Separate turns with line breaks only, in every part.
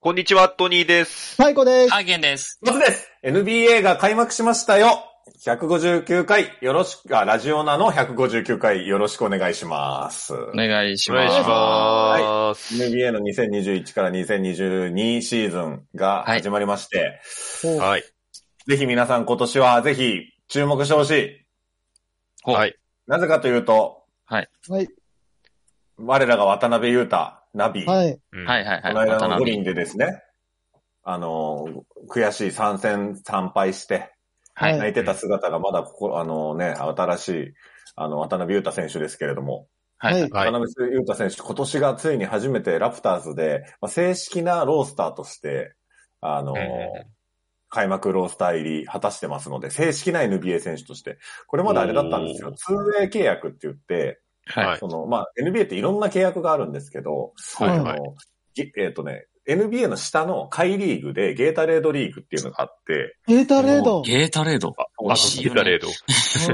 こんにちは、トニーです。
太鼓です。
あ、ゲンです。
松です。NBA が開幕しましたよ。159回、よろしく、あ、ラジオナの159回、よろしくお願いします。
お願いし
お
ます。
願いします。
NBA の2021から2022シーズンが
はい
始まりまして、
は
はい。
ぜひ皆さん今年はぜひ注目してほしい。
ほう
はい。
なぜかというと、
い。
我らが渡辺裕太、ナビ、
はい。
うん
はいはいは
こ
い。
の間
渡
の五輪
辺。
でですね、あの、悔しい3戦3敗して、
はい
は
泣
い。
いてた姿がまだここ、あのね、新しい、あの、渡辺裕太選手ですけれども、
はい
はい
はい
渡。辺裕太選手、今年がついに初めてラプターズで、まあ、正式なロースターとして、あの、
うんうんうん
開幕ロースター入り果たしてますので、正式な NBA 選手として、これまであれだったんですよ。2 way 契約って言って、
は
はい
い。
その、まあ、NBA っていろんな契約があるんですけど、
はい
あ
は
のぎえっ、とね、NBA の下の下位リーグでゲータレードリーグっていうのがあって、
ゲータレード。
ゲータレード。
あ、知ってたレード。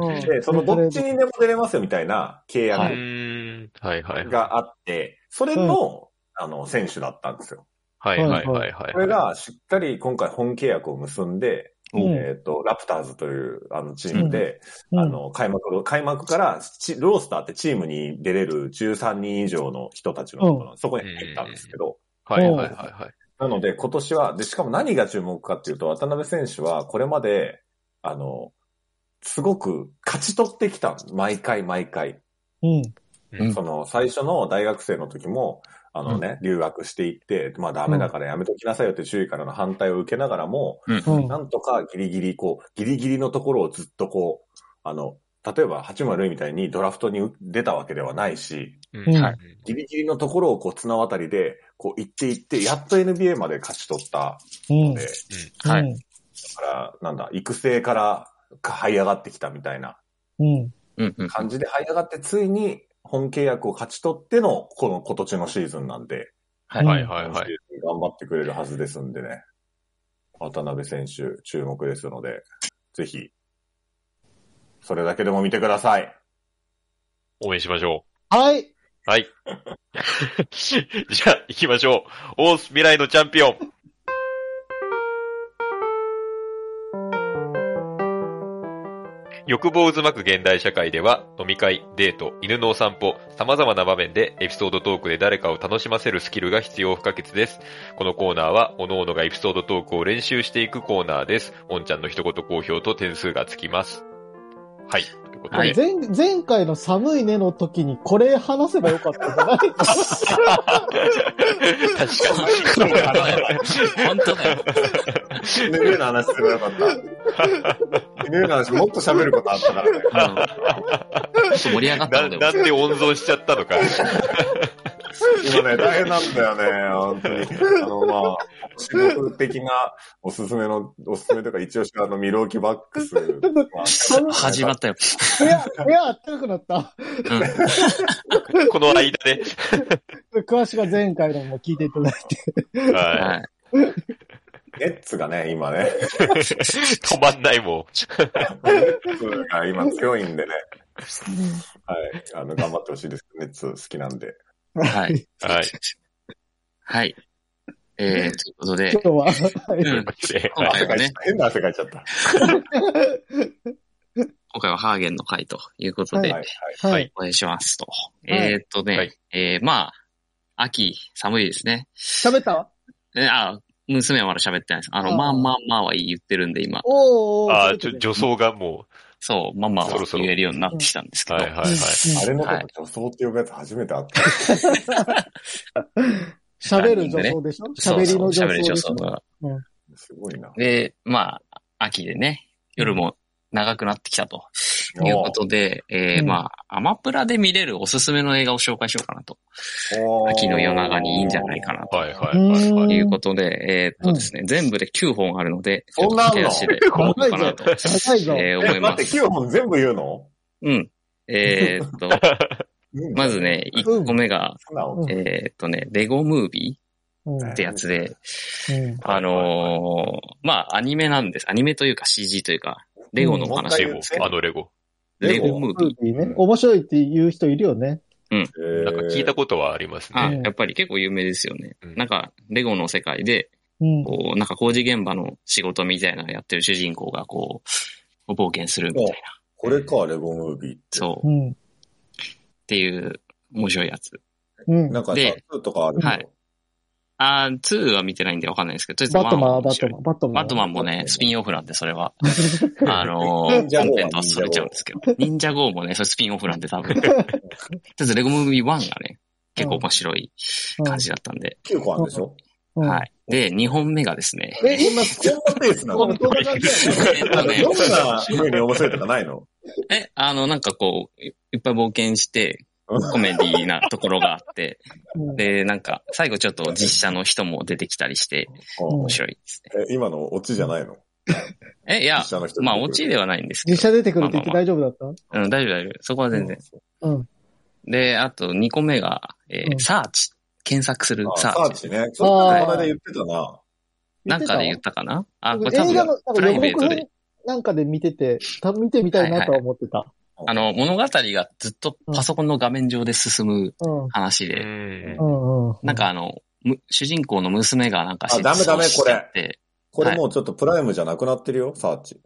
うん
で、そのどっちにでも出れますよみたいな契
う
は
約
ーん。はいはい。
があって、それの、あの、選手だったんですよ。
はいはいはいはい。
これがしっかり今回本契約を結んで、
うん
えっ、と、ラプターズというあのチームで、
うん
あの、開幕、開幕からチ、ロースターってチームに出れる13人以上の人たちのことなそこに入ったんですけど、
はいはいはいはい。
なので今年は、で、しかも何が注目かっていうと、渡辺選手はこれまで、あの、すごく勝ち取ってきた。毎回毎回。
うん。
うん
その、最初の大学生の時も、あのね、留学していって、まあダメだからやめときなさいよって周囲からの反対を受けながらも、
うん。
うん。
なんとかギリギリ、こう、ギリギリのところをずっとこう、あの、例えば八村塁みたいにドラフトに出たわけではないし、
うん
はい
ギリギリのところをこう綱渡りで、こう行って行って、やっと NBA まで勝ち取った
うん。
ので、
は
うん
い。。
だから、なんだ、育成から這い上がってきたみたいな
うん。
うんうん。
感じで這い上がって、ついに本契約を勝ち取っての、この今年のシーズンなんで、
はい。
はいはい
今
は
シ
い。
ーズン頑張ってくれるはずですんでね。渡辺選手、注目ですので、ぜひ、それだけでも見てくだ さい。
応援しましょ
はい。
う。はい。 じゃあ、行きましょう。オース未来のチャンピオン。欲望渦巻く現代社会では、飲み会、デート、犬のお散歩、様々な場面でエピソードトークで誰かを楽しませるスキルが必要不可欠です。このコーナーは、各々がエピソードトークを練習していくコーナーです。おんちゃんの一言好評と点数がつきます。はい。ということで
はい
前、前回の寒いねの時にこれ話せばよかったんじゃない
確か
本当だよ。
NBA の話すればよかった。NBA の話もっと喋ることあったからね。
うんちょっと盛り上がったの
に。
で
な、なん
よ。
で温存しちゃったのか。
今ね、大変なんだよね、本当に。あの、まあ、仕事的なおすすめの、おすすめとか一応しあの、ミローキバックス。まあ
始まったよ。
部屋、部屋あったかくなった。
うん。
この間 で。
詳しくは前回のも聞いていただいて。
は
はい。
ネッツがね、今ね。
い。止まんないも
ネッツが今強いんでね。はい。あの、頑張ってほしいです。ネッツ好きなんで。
はい。
ん。 はい。
はい。えー、ということ
今
で、
日は。は
う
い。
ん。今
はい
回
汗か
はい
ちゃっ
ね、
た。変な汗かいちゃった。
今回はハーゲンの回ということ
はい。
で
は、い。
はい。
お願いしますと。
い
えーっと
は
ね
い、
えー、まあ、秋、寒いですね。
喋った
えあ、娘はまだ喋ってないです。あ
あー
の、まあまあまあは言ってるんで、今。
おーおー。
ああ、
喋って
ち
る
ょ、女装がも
そう、まあまあ
そろそ
は
ろ
言えるようになってきたんです
う。
けど。
はいはいはい。
あ
うん
れのこ
はい
と女装って呼ぶやつ初めて会った。
喋る女装でしょ
そ
喋
う
り
そう
の女装
喋り
で
女
し
装
ょ
が。
すごいな。
で、まあ、秋でね、夜も長くなってきたということで、えー
うん
まあ、アマプラで見れるおすすめの映画を紹介しようかなと。
おー
秋の夜長にいいんじゃないかなと。
はいはいはいは
う
と
ん
い。
いうことで、えーっとですね、全部で9本あるので、
そんなあんの
ちょっと手足でこうかなと、
高いぞ。
えー思
え、
い
待っ
ま
て、
す。
キヨ本全部言うの
うん。えーっと、
うん
まずね、1個目が、
素直
うん
えーっとね、レゴムービ
うん
ーってやつで、
うん
あのーまあ、アニメなんです。アニメというか CG というか、レゴのお話
レ
なんですけ
ゴ、あ
ど、
のレゴ。
レゴムービー。
ね。面白いって言う人いるよね。
なんか聞いた
こ
ことはあります
あ
ね。
うん
やっぱり結構有名ですよね。
うん
なんか、レゴの世界で、
うん。
こう、なんか工事現場の仕事みたいなのやってる主人公が、こう、冒険するみたいな。
これか、レゴムービーって。
そう。
う
っ
ん。
ていう、面白いやつ。
うん。
なんかさ、
で
2とかある
はいあー、2は見てないんでわかんないですけど、とりあえず
バット
ワ
マ
は
ン、バ
面
ット
白い
マン、バットマン。
バットマンもね、スピンオフなんで、それは。あのー、
忍者
コ
ゴー
ンテンツはそれちゃうんですけど。忍者ゴーもね、それスピンオフなんで多分。とりあえずレゴムービー1がね、結構面白い感じだったんで。
9個あるんでしょ
うん。
はい。で、2本目がですね。
え、こんな、こんなペースな
そ
の
うそんな感じだよね
えっとね
どんな風に面白いとかないの
え、あの、なんかこう、いいっぱい冒険して、コメディなところがあって、
うん
で、なんか、最後ちょっと実写の人も出てきたりして、面白いですね。
え今のオチじゃないの
え、いや
実、写の人
まあ、オチではないんですけ
実
ど。
写出てくるって言って大丈夫だった
うん、大丈夫、大丈夫。そこは全然。
うん。
で、あと2個目が、えー
うん
サーチ。検索する
あ
サ
サ
ー
ー
チ。
チね。それこ
あー
の間言ってたな。
なんかで言ったかなあ、これ
僕
多
映画の、な
分、
ん
プ
か
ラ
予
イベー
告
トで
編。なんかで見てて、多分見てみたいなとは思ってた。
あの、物語がずっとパソコンの画面上で進む
うん。
話
う
で、
ん
うんうん。
なんかあの、む主人公の娘がなんか
あダメダメ
失踪しちゃって、
これもうちょっとプライムじゃなくなってるよ、サーチ。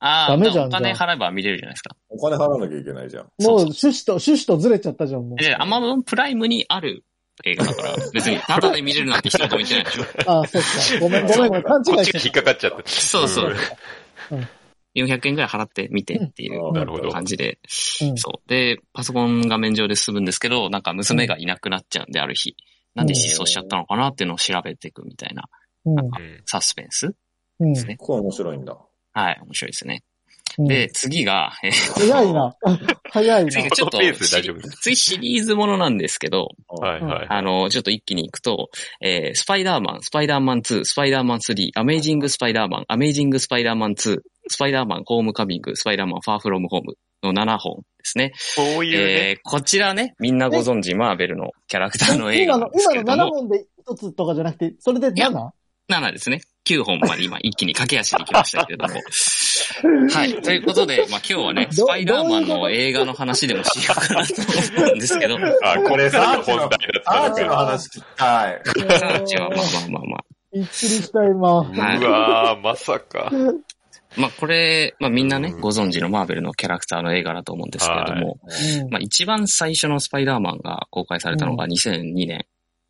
ああ、
ダメじゃん
お金払えば見れるじゃないですか。
お金払わなきゃいけないじゃん。
もう
そう
趣旨と、趣旨とずれちゃったじゃん、もう。
で、アマゾンプライムにある映画だから、別にタダで見れるなんて一言も言ってないでしょ。
ああ、そっか。ごめん、ごめん、ごめん、勘違
こっ
い
ちが
し
引
て
っかかっちゃった。。
そうそうん400円くらい払って見てっていう
なるほど。
感じで、
た。うん
そう。で、パソコン画面上で進むんですけど、なんか娘がいなくなっちゃうんで、ある日。なんで失踪しちゃったのかなっていうのを調べていくみたいな
うん
うん
サスペンス
うん
ですね。
ここは面白いんだ。
はい、面白いですね。
うん
で、次が、えー
早いな。 早いな
次。がちょっと
このペースで大丈夫です、
次シリーズものなんですけど、
はいはい。
あの、ちょっと一気に行くと、えースパイダーマン、スパイダーマン2、スパイダーマン3、アメイジングスパイダーマン、アメイジングスパイダーマン2、スパイダーマンホームカミング、スパイダーマンファーフロムホームの7本ですね。
そういうね、
えーこちらね、みんなご存知、マーベルのキャラクターの映
今
画な
の
ん、ですけ
今
れ
の
ど
7
も、
本で1つとかじゃなくて、それで 7?
7ですね。9本まで今一気に駆け足で行きましたけれども。はい。ということで、まあ今日はね、
ど
スパイダーマンの映画の話でもしようかなと思うんです けど、
あ、これさ、本題だ
サー
った
チの
のか。
話聞きたい。
サ ーチはまあまあまあまあ、
びっくりした、今。
うわー、まさか。
まあこれ、まあみんなね、
うん
ご存知のマーベルのキャラクターの映画だと思うんですけれども、
うん
まあ一番最初のスパイダーマンが公開されたのが2002年。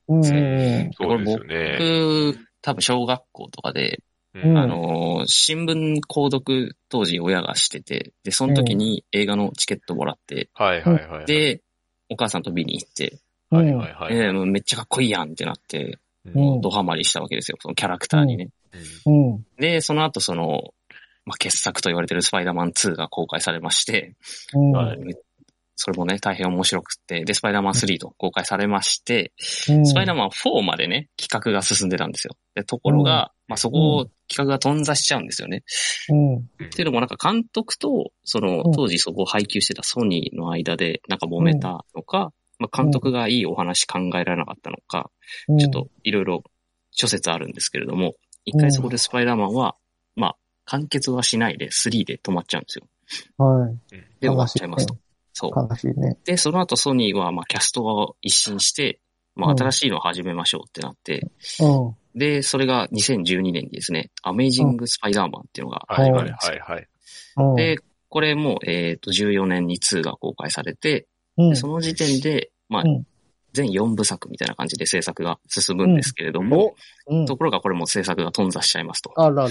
うんうん
そうですよね。
僕、多分小学校とかで、
うん
あのー新聞購読当時親がしてて、で、その時に映画のチケットもらって、
はいはいはい。、
で、お母さんと見に行って、
う
はい
ん
はいはい。
えーもうめっちゃかっこいいやんってなって、
うん
ドハマりしたわけですよ、そのキャラクターにね。
うん。
で、その後その、まあ、傑作と言われてるスパイダーマン2が公開されまして、
うん
はい
めそれもね、大変面白くって、で、スパイダーマン3と公開されまして、
うん
スパイダーマン4までね、企画が進んでたんですよ。で、ところが、まあ、そこを企画が頓挫しちゃうんですよね。
うん
っていうのもなんか監督と、その
うん、
当時そこを配給してたソニーの間で、なんか揉めたのか、まあ、監督がいいお話考えられなかったのか、
うん
ちょっといろいろ諸説あるんですけれども、一回そこでスパイダーマンは、まあ、完結はしないで3で止まっちゃうんですよ。
はい。
で、終わっちゃいますと。そう。
悲しいね。
で、その後ソニーは、まあ、キャストを一新して、ま
う
あ、
ん
新しいのを始めましょうってなって、
うん。
で、それが2012年にですね、アメイジング・スパイダーマンっていうのが、
はいはいはいはい。
うん
で、これも、えっ、と、14年に2が公開されて、
う
で
ん
その時点で、まあ
うん、
全4部作みたいな感じで制作が進むんですけれども、
うん
ところがこれも制作が頓挫しちゃいますと。
あらら。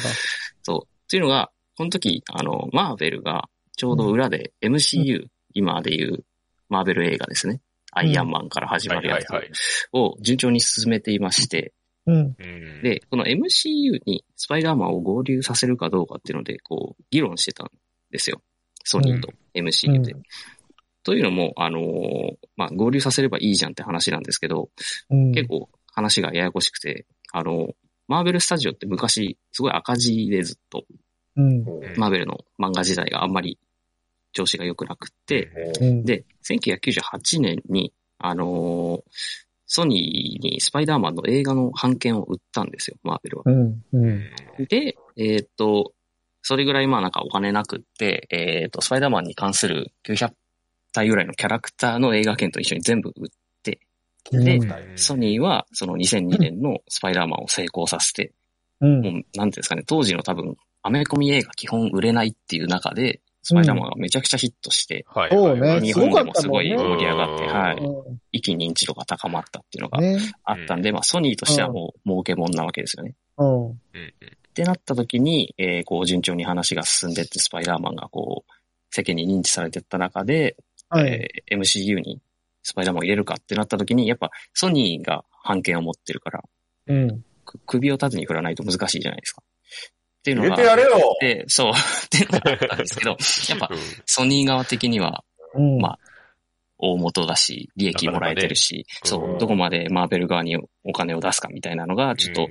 そう。っていうのが、この時、あの、マーベルが、ちょうど裏で MCU、今でいうマーベル映画ですね。アイアンマンから始ま
はい
るや
はい
つ
はい。
を順調に進めていまして、
うん。
うん、
で、この MCU にスパイダーマンを合流させるかどうかっていうので、こう、議論してたんですよ。ソニーと MCU で。
う
というのも、あのーまあ、合流させればいいじゃんって話なんですけど、
うん
結構話がややこしくて、あのーマーベルスタジオって昔、すごい赤字でずっと、
うん。
うん
マーベルの漫画時代があんまり調子が良くなくって、
うん。
で、1998年に、あのーソニーにスパイダーマンの映画の版権を売ったんですよ、マーベルは。
うん。う。
うんん
で、えーっと、それぐらいまあなんかお金なくって、えーっと、スパイダーマンに関する900体ぐらいのキャラクターの映画券と一緒に全部売って、
うん
で、
うん
ソニーはその2002年のスパイダーマンを成功させて、
うん
もう、なんていうんですかね、当時の多分、アメコミ映画基本売れないっていう中で、スパイダーマンがめちゃくちゃヒットして、
はい。
そうね
日
日
本
本で
でも
も
すごい盛り上がって、
うん
はい。
う
一気に認知度が高まったっていうの
ん。
が
ね。
あったんで、まあソニーとしてはもう儲けもんなわけですよね。
うん。
うん
ってなった時に、えーこう順調に話が進んでって、スパイダーマンがこう、世間に認知されてった中で、
はい。
えー MCU にスパイダーマンを入れるかってなった時に、やっぱソニーが版権を持ってるから、
うん。
く首を縦に振らないと難しいじゃないですか。っていうの
入
が。
れてやれよ
で、そう、ってなったんですけど、やっぱ
うん
ソニー側的には
うん。
まあ大元だし、利益もらえてるし、
なかなかね
そうう、
ん
どこまでマーベル側にお金を出すかみたいなのが、ちょっと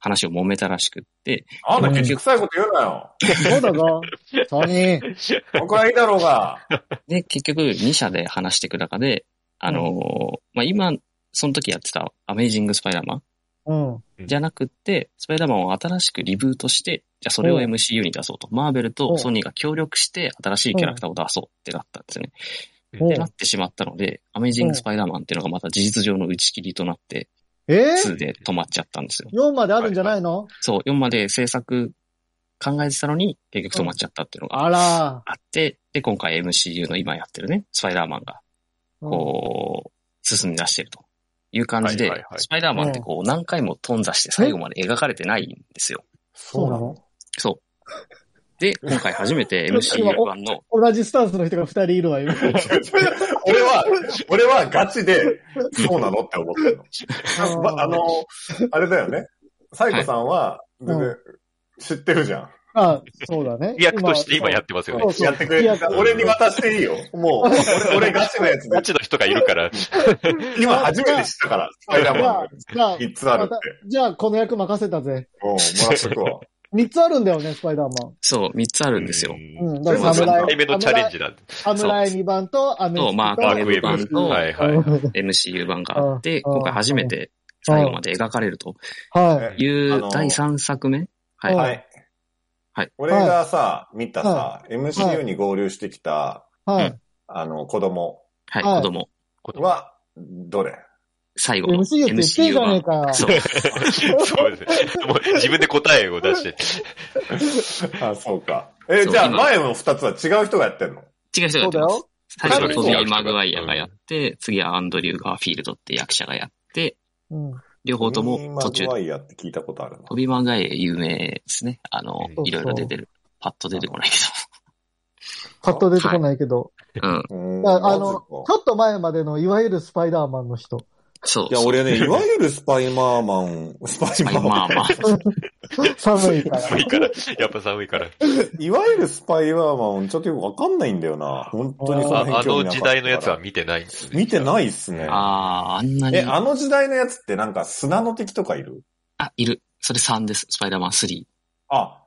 話を揉めたらしくって、
あんな結局臭いこと言うなよ。
そうだが、 ソニー。
僕はいいだろうが。
で、結局2社で話していく中で、あのーまあ、今、その時やってたアメイジングスパイダーマン
うん。
じゃなくって、スパイダーマンを新しくリブートして、じゃあそれ
う
を
ん
MCU に出そうと。マーベル
う
と
ん
ソニーが協力して新しいキャラクターを出そうってなったんですよね。
うん
ってなってしまったので、アメイジングスパイダーマンっていうのがまた事実上の打ち切りとなって、
え
2で止まっちゃったんですよ。
?4 まであるんじゃないの
そう、4まで制作考えてたのに、結局止まっちゃったっていうのが
あら。
あって、で、今回 MCU の今やってるね、スパイダーマンが、
うん
こう、進み出してるという感じで、
はいはいはい
スパイダーマンってこう、何回も頓挫して最後まで描かれてないんですよ。
そうなの
そう。で、今回初めて MCU 版の、
同じスタンスの人が2人いるわ、 今。
俺は、俺はガチで、そうなのって思ってるの。まあの、あれだよね。サイコさんは、全
う
然、知ってるじゃん。
あ、そうだね。
役として今やってますよね
そ。うそう
やってくれ
いや
俺に渡していいよ。もう、俺、俺ガチのやつで
ガ。チの人がいるから、
今初めて知ったから、スパイダーマン
じゃあ、
3つあるって。
じゃあこの役任せたぜ。
うん、もらっとく わ。
3つあるんだよね、スパイダー
そう、3つあるんですよ。
う
マン。う
そ
ん。だ
れ
か
も3
ら侍。
回目のチャレンジなんで。
侍2番と、アメ
と、マーク・ウェブ版
うん
の
はいはい。うん
MCU 版があって、
うん
今回初めて最後まで描かれると
はい。
いう
あの
第3作目はい。
うん
は。
はいい。
はい
俺がさ、見たさ
は、
MCU に合流してきた、
はい。
あの、子供
はい
子供。
は、どれ
最後
MCU
の
って言ってんじ
MCU
ゃねえ
版。
か。
そう。
そうですね。もう自分で答えを出して。
あ、そうか。え、
そう
じゃあ
今
前の2つは違う人がやってんの
違う
そ
人がやっ
う
て
だ
ます
よ。。
最初は
彼
ト
も
ビー・マグワイアがやって、次はアンドリュー・ガーフィールドって役者がやって、
うん。
両方と
ミニ
も
マ
途中
グ、ワイヤって聞いたことあるな
トビー・マグワイア有名ですね。あの
う、ん
いろいろ出てる。パッと出てこないけ
パッと出てこないけど。
ど。うん。
うん
ああ
マ
の、ち
ジ
ょ
か
っと前までのいわゆるスパイダーマンの人。
そう。
いや、俺ね、いわゆるスパイマーマン、スパイ
ま
マ
あま
ーマン
あ、まあ、
寒 いから。
寒いから。やっぱ寒いから。
いわゆるスパイマーマン、ちょっとよくわかんないんだよな。本当にその
あ
辺
あ
興
の
味なかった
時
から
代のやつは見てないんですね。
見てないっすね。
ああー、あんなに。
え、
あ
あの時代のやつってなんか砂の敵とかいる
いる。それ3です。スパイダーマン3。
あ、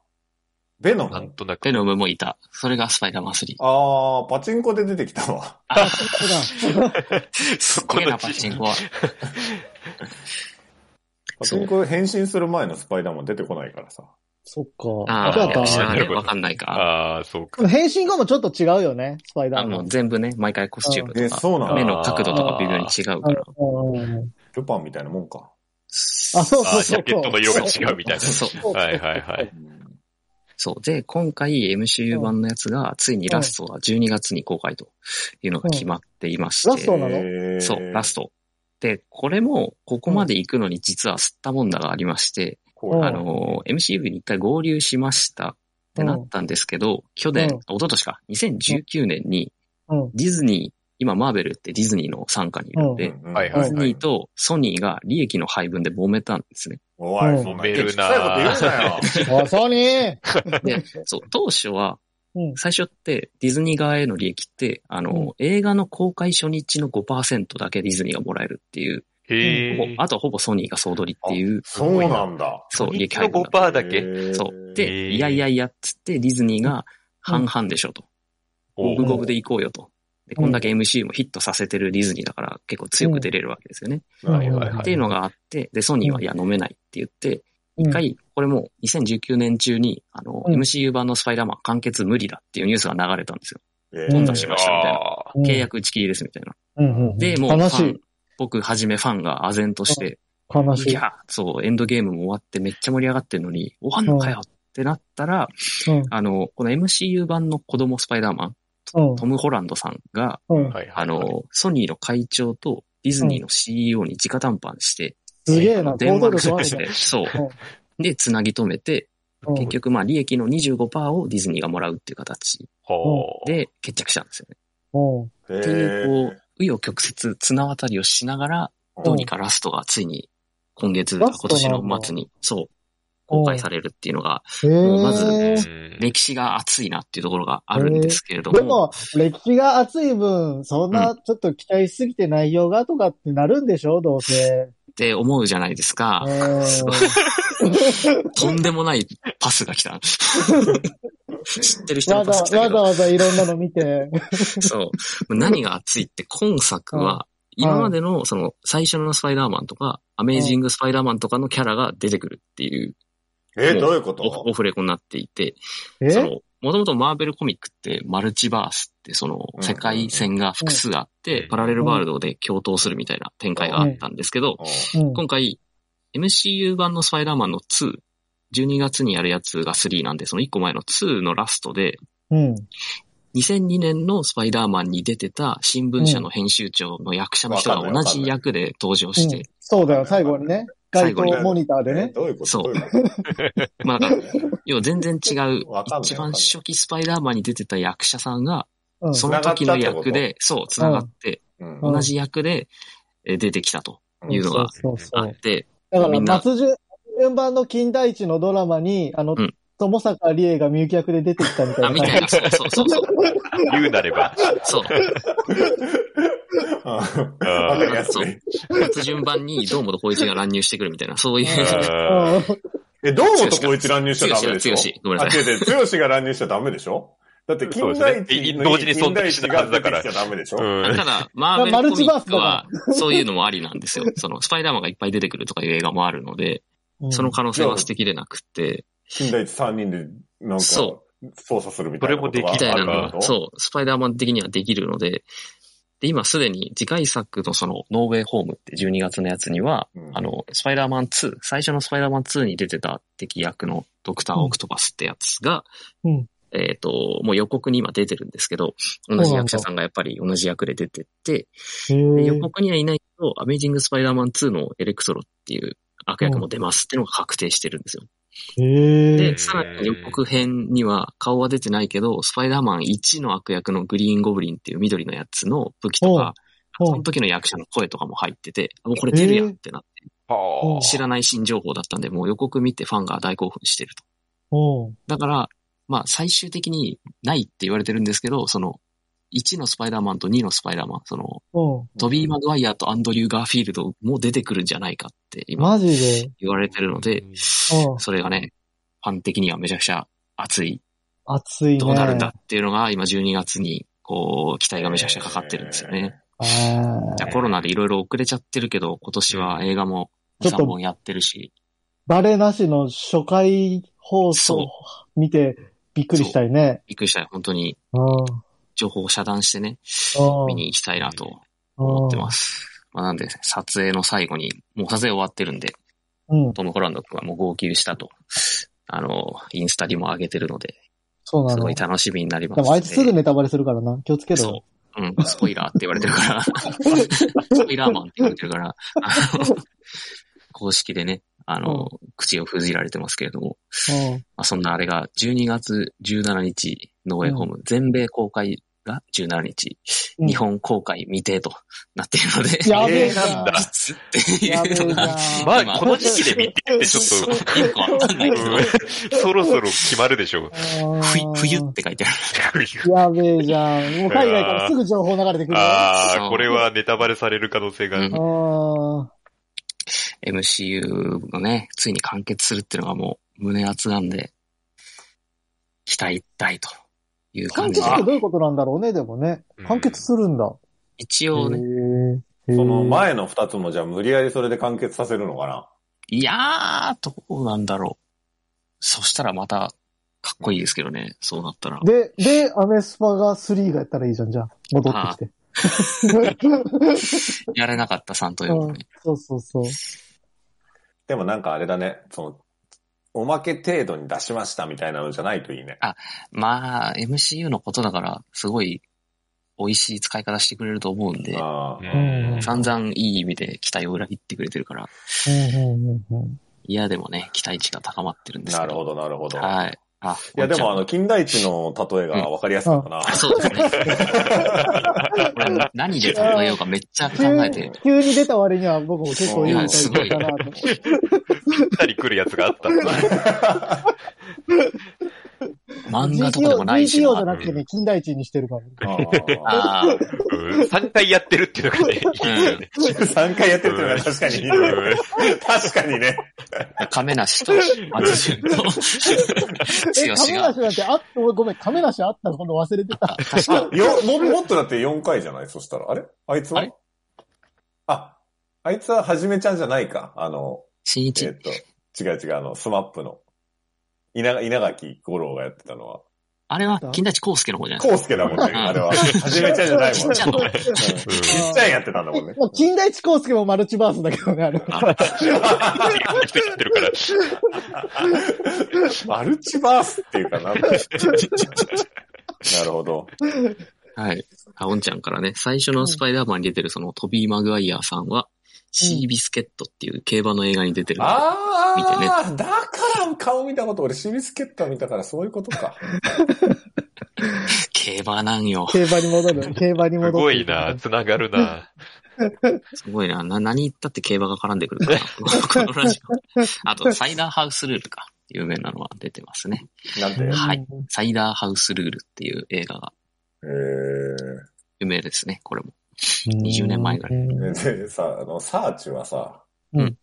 ベノ
なん
ム。
となく
ベ。ノムもいた。それがスパイダーマン3。
あー、パチンコで出てきたわ。
あそうだ
そ
すげえな、パチンコは。
パチンコ変身する前のスパイダーマン出てこないからさ。
そっか。
あ
じゃあ
あ、
ダ
知
メ
らない。わかんないか。
ああ、そうか。
でも変身後もちょっと違うよね、スパイダ
あ
ーマ
の、
ン。
全部ね、毎回コスチューム
え、
とか、
そうな
目
の
の角度とか微妙に違うから。
うんうんうん
ルパンみたいなもんか。
あ、そう
あ
そうそう
あ、ジ
そう。
ャケットの色が違うみたい
そう。
そう
な。はいはいはい。
そう。で、今回 MCU 版のやつが、ついにラストは12月に公開というのが決まっていまして。
うんラストなの
の
そう、ラス
ト。
ト。で、これも、ここまで行くのに実は吸ったもんだがありまして、
こういう
うん
あのー、MCU に一回合流しましたってなったんですけど、去
うん
年、一昨年か、2019年に
うん。
ディズニー、今マーベルってディズニーの傘下にいるんで、
うんうん
はい
はい
ディズニーとソニーが利益の配分で揉めたんですね。
おい、
うん
そん
揉
な
めるな
小さいこと
おい、ソニー
で、そう、当初は、
うん
最初ってディズニー側への利益って、あの、
うん
映画の公開初日の5%だけディズニーがもらえるっていう、
へ
ほぼ
え。
あとはほぼソニーが総取りっていう、
言うなよ。そうなんだ。
そう、利益
1
配分
の
だった。
5%だけ。
へー
そう。
へ
で、
ー
いやいやいやっつってディズニーが半々でしょと。
お
五分五分で行こうよと。で、こんだけ MCU もヒットさせてるディズニーだから結構強く出れるわけですよね。
はいはい
うん
は
っていうのがあって、で、ソニーは
うん
いや飲めないって言って、
一
一、回、これもう2019年中に、あの、
うん
MCU 版のスパイダーマン完結無理だっていうニュースが流れたんですよ。
え
う
頓
ん
挫しましたみたいな。
あ
うん
契。約打ち切りですみたいな。
うんうんうん
で、もうフ
悲
ァ
し
ン
い。、
僕はじめファンが唖然として、
悲
い
し
や、そう、エンドゲームも終わってめっちゃ盛り上がってるのに、終わんのかよってなったら、
い。うん。
あの、この MCU 版の子供スパイダーマン、
うん
トム・ホランドさんが、
うん
ー。はいはいはい
あの、ソニーの会長とディズニーの CEO に直談判して、
すげえな、
電
行動
話で
力ある
す
ね
ね。そう
う。
で、つなぎ止めて、
うん
結局まあ利益の25%をディズニーがもらうっていう形
ほう、
で決着したんですよね。
うん
ー
っていう、こう、紆余曲折、綱渡りをしながら、どうにかラストがついに今月、今
ラストなんだ
年の末に、そう、公開されるっていうのが、
へー
まず
う
ね
ん
歴史が熱いなっていうところがあるんですけれど
で
も、
も、歴史が熱い分、そんなちょっと期待しすぎて内容がとかってなるんでしょどうせ。
って思うじゃないですか。
うん
すごいとんでもないパスが来 た。知ってる人
わ
の
ざ
パス来たけ
わざ
ど、
わざいろんなの見て。
そう。何が熱いって今作は、今までのその最初のスパイダーマンとか、アメージングスパイダーマンとかのキャラが出てくるっていう
えーどういうこと
オフオフレコになっていて、
え
その、もともとマーベルコミックってマルチバースってその
うん
世界線が複数あっ
う
て
ん、
パラレルワールドで共闘するみたいな展開があったんですけど、
うん
今回 MCU 版のスパイダーマンの2、12月にやるやつが3なんで、その1個前の2のラストで、
うん。
2002年のスパイダーマンに出てた新聞社の編集長の役者の人が同じ役で登場して、
そうだよ、最後にね。街頭モニター
え
で
ー
ね。
どういうこと
そう
どいうこと
まあだから、要は全然違う
わかんない、
一番初期スパイダーマンに出てた役者さんが、
うん
その時の役
繋が
で、そう、繋がって、
うん
ん
同じ役でえー出てきたというのが
そうそう
あ
そう
って、
だから、
みんな
松潤、順番の金田一のドラマに、あの、
うん
友坂理恵がみゆき役で出てきたみたいな
あ、みたいな、そうそうそうそう、
言うなれば。
そう、
あ
あー
わかりやす
そう
い。
初順番にどうもとこいちが乱入してくるみたいな、そういう、
あー
え、どうもとこいち乱入しちゃダメでしょ
強し強しごめんなさ
い。あ違う違う、強しが乱入しちゃダメでしょだって、金
そう
田
ですね
一
い同時に存
金田
在
一
しない
が
はず
出
だ
て
から
きちゃダメでしょ、
うん
ただ、マーベ
マ
ル
ル
コミ
チバー
ッ
ス
ク
だ
は
か、
そういうのもありなんですよ。その、スパイダーマンがいっぱい出てくるとかいう映画もあるので、
うん
その可能性は捨てきれなくて、
金田一三人で、なんか、
そ
操作するみたいなことがあ
そ
みたい
れ
な
もでき
のが、そう、スパイダーマン的にはできるので、で、今すでに次回作のその、ノーウェイホームって12月のやつには、
うん
あの、スパイダーマン2、最初のスパイダーマン2に出てた敵役のドクター・オクトパスってやつが、
うん
えっ、と、もう予告に今出てるんですけど、同じ役者さんがやっぱり同じ役で出てって、
へ
で
ー
予告にはいないけど、アメイジング・スパイダーマン2のエレクトロっていう悪役も出ますっていうのが確定してるんですよ。
へ
うん
で、さらに予告編には顔は出てないけど、スパイダーマン1の悪役のグリーン・ゴブリンっていう緑のやつの武器とか、
うんうん
その時の役者の声とかも入ってて、もうこれ出るやんってなって、
はあ
知らない新情報だったんで、もう予告見てファンが大興奮してると。
おう
だから、まあ最終的にないって言われてるんですけど、その、1のスパイダーマンと2のスパイダーマン、その、
おう
トビー・マグワイアとアンドリュー・ガーフィールドも出てくるんじゃないかって今
マジで。
言われてるので、
うん
それがね、ファン的にはめちゃくちゃ熱い、
熱いね。
どうなるんだっていうのが今12月にこう期待がめちゃくちゃかかってるんですよね。
あー
いやコロナでいろいろ遅れちゃってるけど、今年は映画も
ちょっと
3本やってるし、
バレなしの初回放
そう
送見てびっくりしたいね。
びっくりしたよ。本当に
うん
情報を遮断してね、
うん
見に行きたいなと思ってます。まあ、なんで、撮影の最後に、もう撮影終わってるんで、
うん。
トム・ホランド君はもう号泣したと、あの、インスタにも上げてるので、
そうな
す
の。
ごい
で
楽しみになります。
もあいつすぐネタバレするからな。気をつけろよ。
そう。うん、スポイラーって言われて るから。スポイラーマンって言われてるから。あの公式でね、あの、
うん
口を封じられてますけれども。
うん
まあ、そんなあれが、12月17日、ノーウェイホーム、全米公開が17日、
うん
日本公開未定となっているので、
やべえ
えーなん
な
だ。
って
やべ
いう
え
の
な
が、。
まあ、
今
この時期で見てってちょっと、
よくわかんないですよね。
うんそろそろ決まるでしょう。
ふい冬って書いてある。
やべえじゃん。もう海外からすぐ情報流れてくるよ。
ああ、これはネタバレされる可能性が。
うん
あー
MCU のね、ついに完結するっていうのがもう胸熱なんで、期待大という感
完
じ
結
で
あ。
ってどういうことなんだろうね、でもね
うん。
完結するんだ。
一応ね、
ね。
その前の二つもじゃあ無理やりそれで完結させるのかない
やー、どうなんだろう。そしたらまた、っこいいですけどね。そうなったら。
で、で、アメスパが3がやったらいいじゃん、じゃあ。戻 ってきて。
やれなかった3と4
う
も
ん
ね。、
そうそうそう。
でもなんかあれだね、その、おまけ程度に出しましたみたいなのじゃないといいね。
まあ、MCU のことだから、すごい美味しい使い方してくれると思うんで、
あ
う
ー
ん。
散々いい意味で期待を裏切ってくれてるから、
うんうんうんうん
いやでもね、期待値が高まってるんですけ
な
ど。
るほど、なるほど。い。
はい。あ、
や、でもあ
の、
の、金田一の例えが分かりやすかったな。
そうですね。これ何で例えようかめっちゃ考えて。
急に出た割には僕も結構いい歌いだったなと。
ぴったり来るやつがあった。
漫画とかでもないし
GTO じゃ
な。
なくてね、金田一にしてるから。
あ
ああ、
うん3回やってるっていうのがね、いいですよね。
3回やってるってのが確かにいいね、
うん
確かにね。
亀梨と松潤と
え、
剛
亀
が。
梨なんて、あ、おごめん、亀梨あったの今度忘れてた。
確か
あ、よ、も、もっとだって4回じゃないそしたら。あれあいつ
あ
は
れ
あ、あいつははじめちゃんじゃないか。あの、
新
え
一
っ、。と、違う違う、あの、スマップの。稲稲垣吾郎がやってたのは。
あれは金田一康介の方じゃないですか。
コウスケだもんね、
ん
あれは。はじめちゃんじゃないもん
ちっ
ね。
ちゃいの
うんちっちゃいやってたんだもんね。
まあ金田一光介もマルチバースだけどね、あれは。
人やってるから。
マルチバースっていうかなんだなるほど。
はい。あ、おんちゃんからね、最初のスパイダーマンに出てるそのトビー・マグワイアさんは、シービスケットっていう競馬の映画に出てる。
あ
見てね
あ、だから顔見たこと、俺シビスケット見たからそういうことか。
競馬なんよ。
競馬に戻る、 競馬に戻
す
る。
ごいな、繋がるな。
すごいな。な、何言ったって競馬が絡んでくるから。このラジオ。あと、サイダーハウスルールか。有名なのは出てますね。
なんで
うん。
はい。サイダーハウスルールっていう映画が
えー
有名ですね、これも。20年前ぐら
い。
ねで、さ、あの、サーチはさ、
うん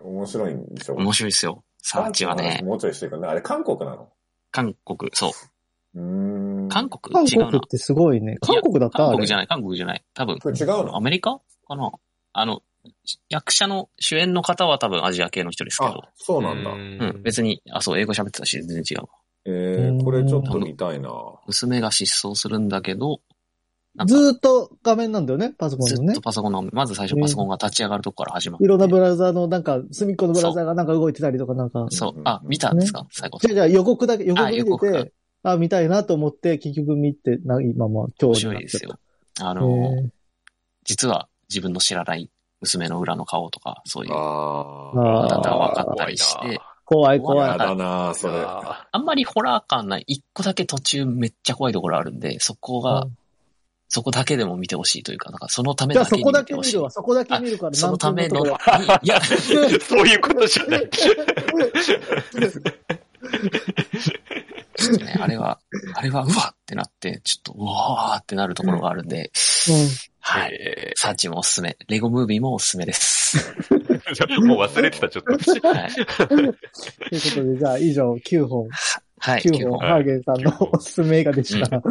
面白いんでしょ
面白いですよ。サーチは
の話
ね、
もうちょいしていくね。あれ、韓国なの
韓国、そう。
うーん。
韓
国
国
韓
違
国
うな
っ。てすごいね。韓国だった
韓
あ
国
れ
じゃ。ない、韓国じゃない。多分、
これ違う
ア
の
メリカかなあの、役者の主演の方は多分アジア系の人ですけ
あ
ど。、
そうなんだ。
うん、別に、あ、そう、英語喋ってたし、全然違うわ。
えー、これちょっと見たいな。
娘が失踪するんだけど、なん
ずー
か
っと画面なんだよね、パソコン
ず
の
っ
ね
と。パソコンの、まず最初パソコンが立ち上がるとこから始まって。
いろんなブラウザーの、なんか、隅っこのブラウザーがなんか動いてたりとかなんか。
そう、あ、見たんですか最後。
じゃあじゃあ予告だけ、予告
あ
見
予告
てて、あ、見たいなと思って、結局見て、な今まあ今日
面
に
白
ないっ
で
ちゃった。
すよ。あ
あ
の、実は自分の知らない娘の裏の顔とか、そういう、あ
あ
あー
なたは分
か
かったりして、
怖い怖
怖
い
い。
だなそれ。
あんまりホラー感ない。一個だけ途中めっちゃ怖いところあるんで、そこが、
うん
そこだけでも見てほしいというか、なんかそのため
じゃあ
だ
そ
けに
こ
見
だ
て
け
ほ
見
しい
るわ、。そこだけ見るから。
そのための、
何
に
分と
いや、
そういうことじゃない。
ちょっとね、あれは、あれは、うわってなって、ちょっと、うわーってなるところがあるんで、は い。
え
サーチもおすすめ。レゴムービーもおすす めです。
ーもう忘れてた、ちょっと。
はい。
ころということで、じゃあ以上9本、
はい。
9本、
9
はい
ハーゲンさん
9
の
本
おすすめ映画でした。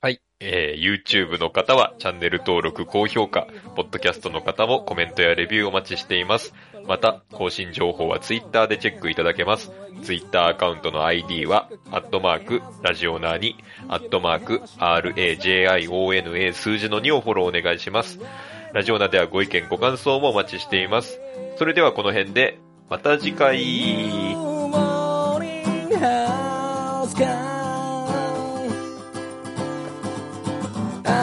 はい。えー YouTube の方はチャンネル登録、高評価、ポッドキャストの方もコメントやレビューお待ちしています。また、更新情報は Twitter でチェックいただけます。Twitter アカウントの ID は、アットマーク、ラジオナーに、アットマーク、RAJIONA 数字の2をフォローお願いします。ラジオナではご意見、ご感想もお待ちしています。それではこの辺で、また次回。